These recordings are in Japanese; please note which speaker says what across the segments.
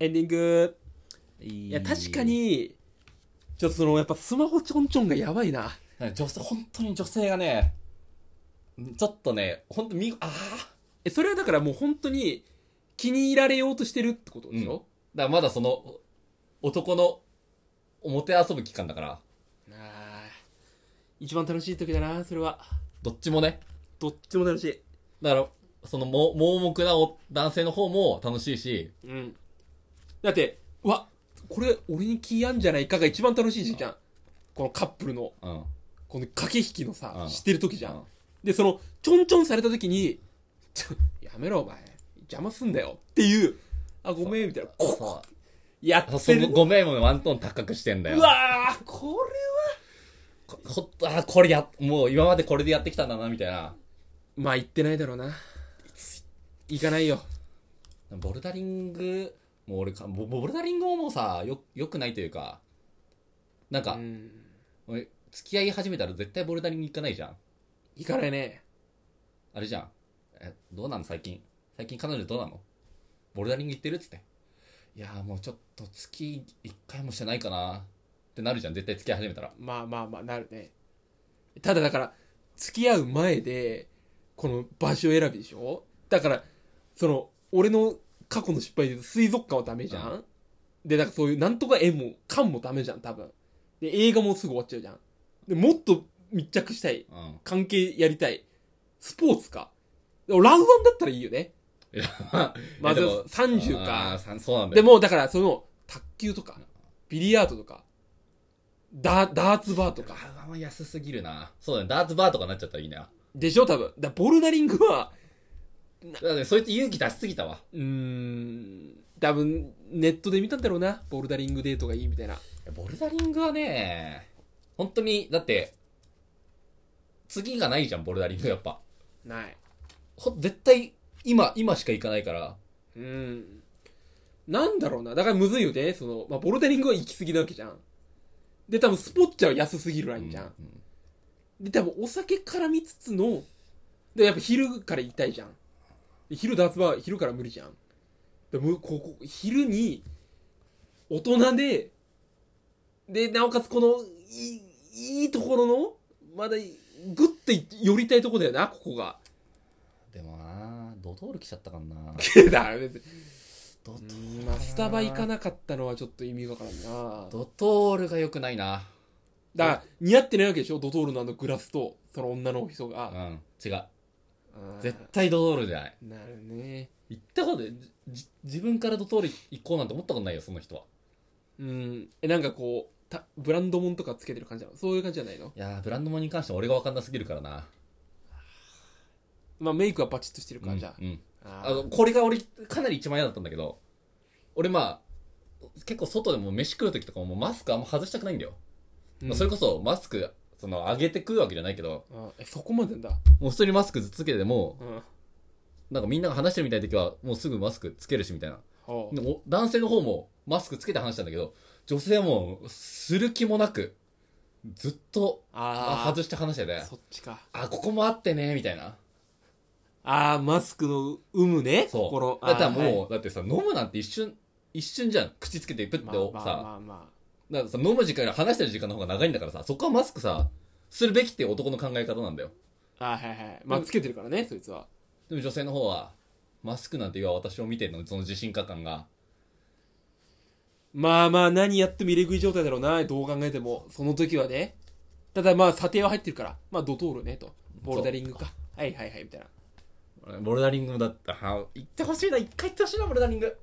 Speaker 1: エンディング
Speaker 2: い
Speaker 1: いや確かにちょっとそのやっぱスマホちょんちょんがやばいな
Speaker 2: なんか女性本当に女性がねちょっとね本当見ああ
Speaker 1: えそれはだからもう本当に気に入られようとしてるってことでしょ、
Speaker 2: だからまだその男の表遊ぶ期間だから
Speaker 1: ああ一番楽しい時だなそれは
Speaker 2: どっちもね
Speaker 1: どっちも楽しい
Speaker 2: だからそのも盲目なお男性の方も楽しいし
Speaker 1: うんだってうわこれ俺に気あんじゃないかが一番楽しい時期じゃんこのカップルの
Speaker 2: うん
Speaker 1: この駆け引きのさ
Speaker 2: うん
Speaker 1: してる時じゃ
Speaker 2: うん
Speaker 1: んでそのちょんちょんされた時に「ちょやめろお前邪魔すんだよ」っていう「あごめん」みたいなこ
Speaker 2: そ
Speaker 1: や
Speaker 2: う
Speaker 1: って
Speaker 2: そ
Speaker 1: る
Speaker 2: のごめんもワントーン高くしてんだよ
Speaker 1: うわーこれ
Speaker 2: こほっとあこれやもう今までこれでやってきたんだなみたいな
Speaker 1: まあ行ってないだろうな行かないよ
Speaker 2: ボルダリングもう俺かボボルダリングももうさよよくないというかなんか、
Speaker 1: うん
Speaker 2: 俺付き合い始めたら絶対ボルダリング行かないじゃん
Speaker 1: 行かないね
Speaker 2: あれじゃんえどうなの最近最近彼女どうなのボルダリング行ってるっつっていやーもうちょっと月1回もしてないかなってなるじゃん絶対付き合い始めたら
Speaker 1: まあまあまあなるねただだから付き合う前でこの場所選びでしょだからその俺の過去の失敗で言うと水族館はダメじゃん、でだからそういうなんとか絵も缶もダメじゃん多分で映画もすぐ終わっちゃうじゃんでもっと密着したい
Speaker 2: うん
Speaker 1: 関係やりたいスポーツかでもラウアンだったらいいよね
Speaker 2: いや
Speaker 1: まあ
Speaker 2: で
Speaker 1: で
Speaker 2: も
Speaker 1: も30
Speaker 2: あー
Speaker 1: か
Speaker 2: さんそうなんだ
Speaker 1: で
Speaker 2: よ
Speaker 1: もだからその卓球とかビリヤードとかダダーツバーとか
Speaker 2: あー安すぎるなそうだねダーツバーとかなっちゃったらいいな
Speaker 1: でしょ多分だボルダリングは
Speaker 2: だからねそいつ勇気出しすぎたわ
Speaker 1: うーん多分ネットで見たんだろうなボルダリングデートがいいみたいな
Speaker 2: ボルダリングはね、本当に、だって、次がないじゃん、ボルダリングやっぱ。
Speaker 1: ない
Speaker 2: ほ絶対、今、今しか行かないから。
Speaker 1: うんなんだろうなだからむずいよねその、まあ、ボルダリングは行き過ぎなわけじゃんで多分スポッチャは安すぎるラインじゃん、
Speaker 2: うん
Speaker 1: で多分お酒絡みつつのでやっぱ昼から行きたいじゃんで昼ダーツバー昼から無理じゃんでむここ昼に大人ででなおかつこのいいいいところのまだグッて寄りたいとこだよなここが
Speaker 2: でもなドトール来ちゃったからな
Speaker 1: だから別に
Speaker 2: ドト
Speaker 1: うんまあスタバ行かなかったのはちょっと意味わからんな
Speaker 2: ドトールが良くないな。
Speaker 1: だから似合ってないわけでしょドトールのあのグラスとその女の人
Speaker 2: う
Speaker 1: が、
Speaker 2: ん、違う。
Speaker 1: あー
Speaker 2: 絶対ドトールじゃない。
Speaker 1: なるね
Speaker 2: 行ったことで、じ自分からドトール行こうなんて思ったことないよ、その人は。
Speaker 1: うん。え、なんかこう、たブランドもんとかつけてる感じなのそういう感じじゃないの
Speaker 2: いやー、ブランドもんに関しては俺が分かんなすぎるからな。
Speaker 1: まあメイクはバチッとしてるか
Speaker 2: う
Speaker 1: ら、
Speaker 2: ん
Speaker 1: じゃ
Speaker 2: うん。
Speaker 1: あ。
Speaker 2: あの、これが俺、かなり一番嫌だったんだけど、俺まあ、結構外でも飯食う時とかももうマスクあんま外したくないんだよ。
Speaker 1: うん
Speaker 2: それこそマスク、その、上げて食うわけじゃないけど、
Speaker 1: あえ、そこまでんだ。
Speaker 2: もう普通にマスクずっとつけても、
Speaker 1: うん。
Speaker 2: なんかみんなが話してるみたいな時は、もうすぐマスクつけるしみたいな。
Speaker 1: ほ
Speaker 2: でも男性の方もマスクつけて話したんだけど、女性はもう、する気もなく、ずっと、
Speaker 1: ああ
Speaker 2: 外して話してて、
Speaker 1: そっちか。
Speaker 2: あ、ここもあってね、みたいな。
Speaker 1: ああ、マスクの有無ね。
Speaker 2: そう。
Speaker 1: 心。
Speaker 2: だったらも
Speaker 1: あ
Speaker 2: う、
Speaker 1: ーはい
Speaker 2: だってさ、飲むなんて一瞬、一瞬じゃん。口つけて、プッて、
Speaker 1: ま
Speaker 2: お
Speaker 1: あ
Speaker 2: さ、
Speaker 1: まあまあま
Speaker 2: だからさ、飲む時間より話してる時間の方が長いんだからさ、そこはマスクさ、するべきっていう男の考え方なんだよ。
Speaker 1: あ。あーはいはい。まあつけてるからね、そいつは。
Speaker 2: でも女性の方は、マスクなんて今私を見てんの、その自信家感が。
Speaker 1: まあまあ、何やっても入れ食い状態だろうな、どう考えても。その時はね。ただまあ、査定は入ってるから。まあ、ドトールね、と。ボルダリングか。はいはいはい、みたいな。
Speaker 2: ボルダリングもだった。は行ってほしいな、一回行ってほしいな、ボルダリング。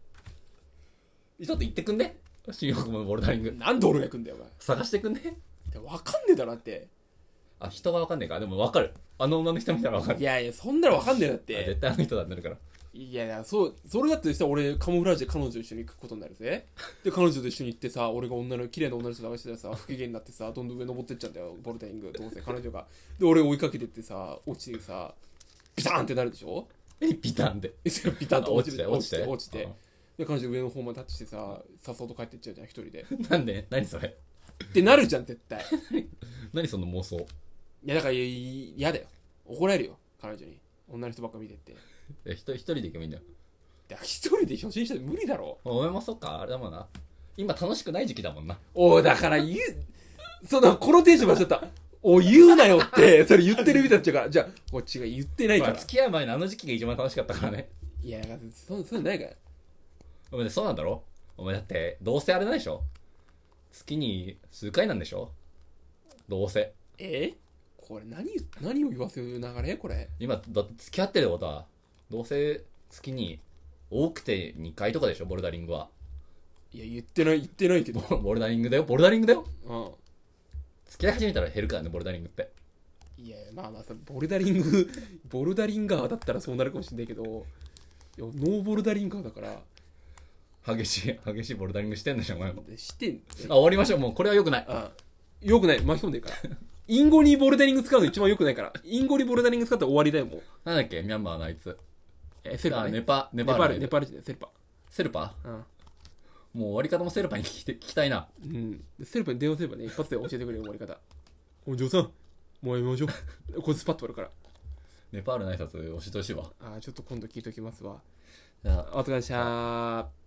Speaker 2: ちょっと行ってくんね。新横もボルダリング。
Speaker 1: なんで俺が行くんだよ、お前
Speaker 2: 探してくんね。。
Speaker 1: でわかんねえだろ、だって。
Speaker 2: あ、人がわかんねえから。でもわかる。あの女の人見たらわかる。
Speaker 1: いやいや、そんなのわかんねえだっ
Speaker 2: あ
Speaker 1: て。
Speaker 2: 絶対あの人だってなるから。
Speaker 1: いやいや、そう、それだってさ、俺、カモフラージュで彼女と一緒に行くことになるぜ。で、彼女と一緒に行ってさ、俺が女の、綺麗な女の人探してたらさ、不機嫌になってさ、どんどん上登ってっちゃうんだよ、ボルダリング、どうせ彼女が。で、俺追いかけてってさ、落ちてさ、ビターンってなるでしょ
Speaker 2: え、ピタンで。
Speaker 1: でそれビターンと落ちて、
Speaker 2: あ
Speaker 1: 落ちて、落ちて。。
Speaker 2: う
Speaker 1: で、彼女上の方までタッチしてさ、さっそうと帰ってっちゃうじゃん、一人で。
Speaker 2: んなんで何それ
Speaker 1: ってなるじゃん、絶対。い
Speaker 2: 何その妄想
Speaker 1: や、だから、いやいや嫌だよ。怒られるよ、彼女に。女の人ばっか見てって。
Speaker 2: え、一人一人で行けばいいんだよ。
Speaker 1: だから一人で初心者で無理だろ
Speaker 2: お前もそっか、あれだもんな。今楽しくない時期だもんな。
Speaker 1: おいだから言うそのこのテンションもちょっとおい言うなよ ってそれ言ってるみたいになっちゃうからじゃあこっちが言ってない
Speaker 2: ま
Speaker 1: か
Speaker 2: あ、
Speaker 1: ら
Speaker 2: 付き合う前のあの時期が一番楽しかったからね。
Speaker 1: いやそそうないから
Speaker 2: お前、そうなんだろお前だって、どうせあれなんでしょ月に数回なんでしょどうせ。
Speaker 1: えこれ何何を言わせる流れこれ
Speaker 2: 今、だって付き合ってることは、どうせ月に多くて2回とかでしょボルダリングは。
Speaker 1: いや言ってない言ってないけど
Speaker 2: ボボルダリングだよボルダリングだよ
Speaker 1: う
Speaker 2: 付き合い始めたら減るからね、ボルダリングって。
Speaker 1: んいやまあまあそのボルダリング ボルダリンガーだったらそうなるかもしれないけどいやノーボルダリンガーだから
Speaker 2: 激しい、 激しいボルダリングしてんでしょ、お前も。
Speaker 1: でしてん
Speaker 2: あ、終わりましょう。もうこれは良くない。
Speaker 1: あよくない巻き込んでる からインゴにボルダリング使うの一番よくないからインゴにボルダリング使ったら終わりだよもう
Speaker 2: なんだっけミャンマーのあいつ。
Speaker 1: えセルパ
Speaker 2: あ、
Speaker 1: ね
Speaker 2: ネパ、ネ
Speaker 1: ネ
Speaker 2: パ
Speaker 1: パ
Speaker 2: ールの
Speaker 1: ー
Speaker 2: やつ
Speaker 1: ルネパール人だよセルパ
Speaker 2: セルパ
Speaker 1: うん
Speaker 2: もう終わり方もセルパに聞きて聞きたいな。
Speaker 1: うん、セルパに電話すればね、一発で教えてくれる終わり方。 お嬢さん、もうやめましょう。 こいつパッと終わるから。
Speaker 2: ネパールの挨拶教えてほしいわ。
Speaker 1: あーちょっと今度聞いときますわ。
Speaker 2: じゃあ
Speaker 1: お疲れっしたー。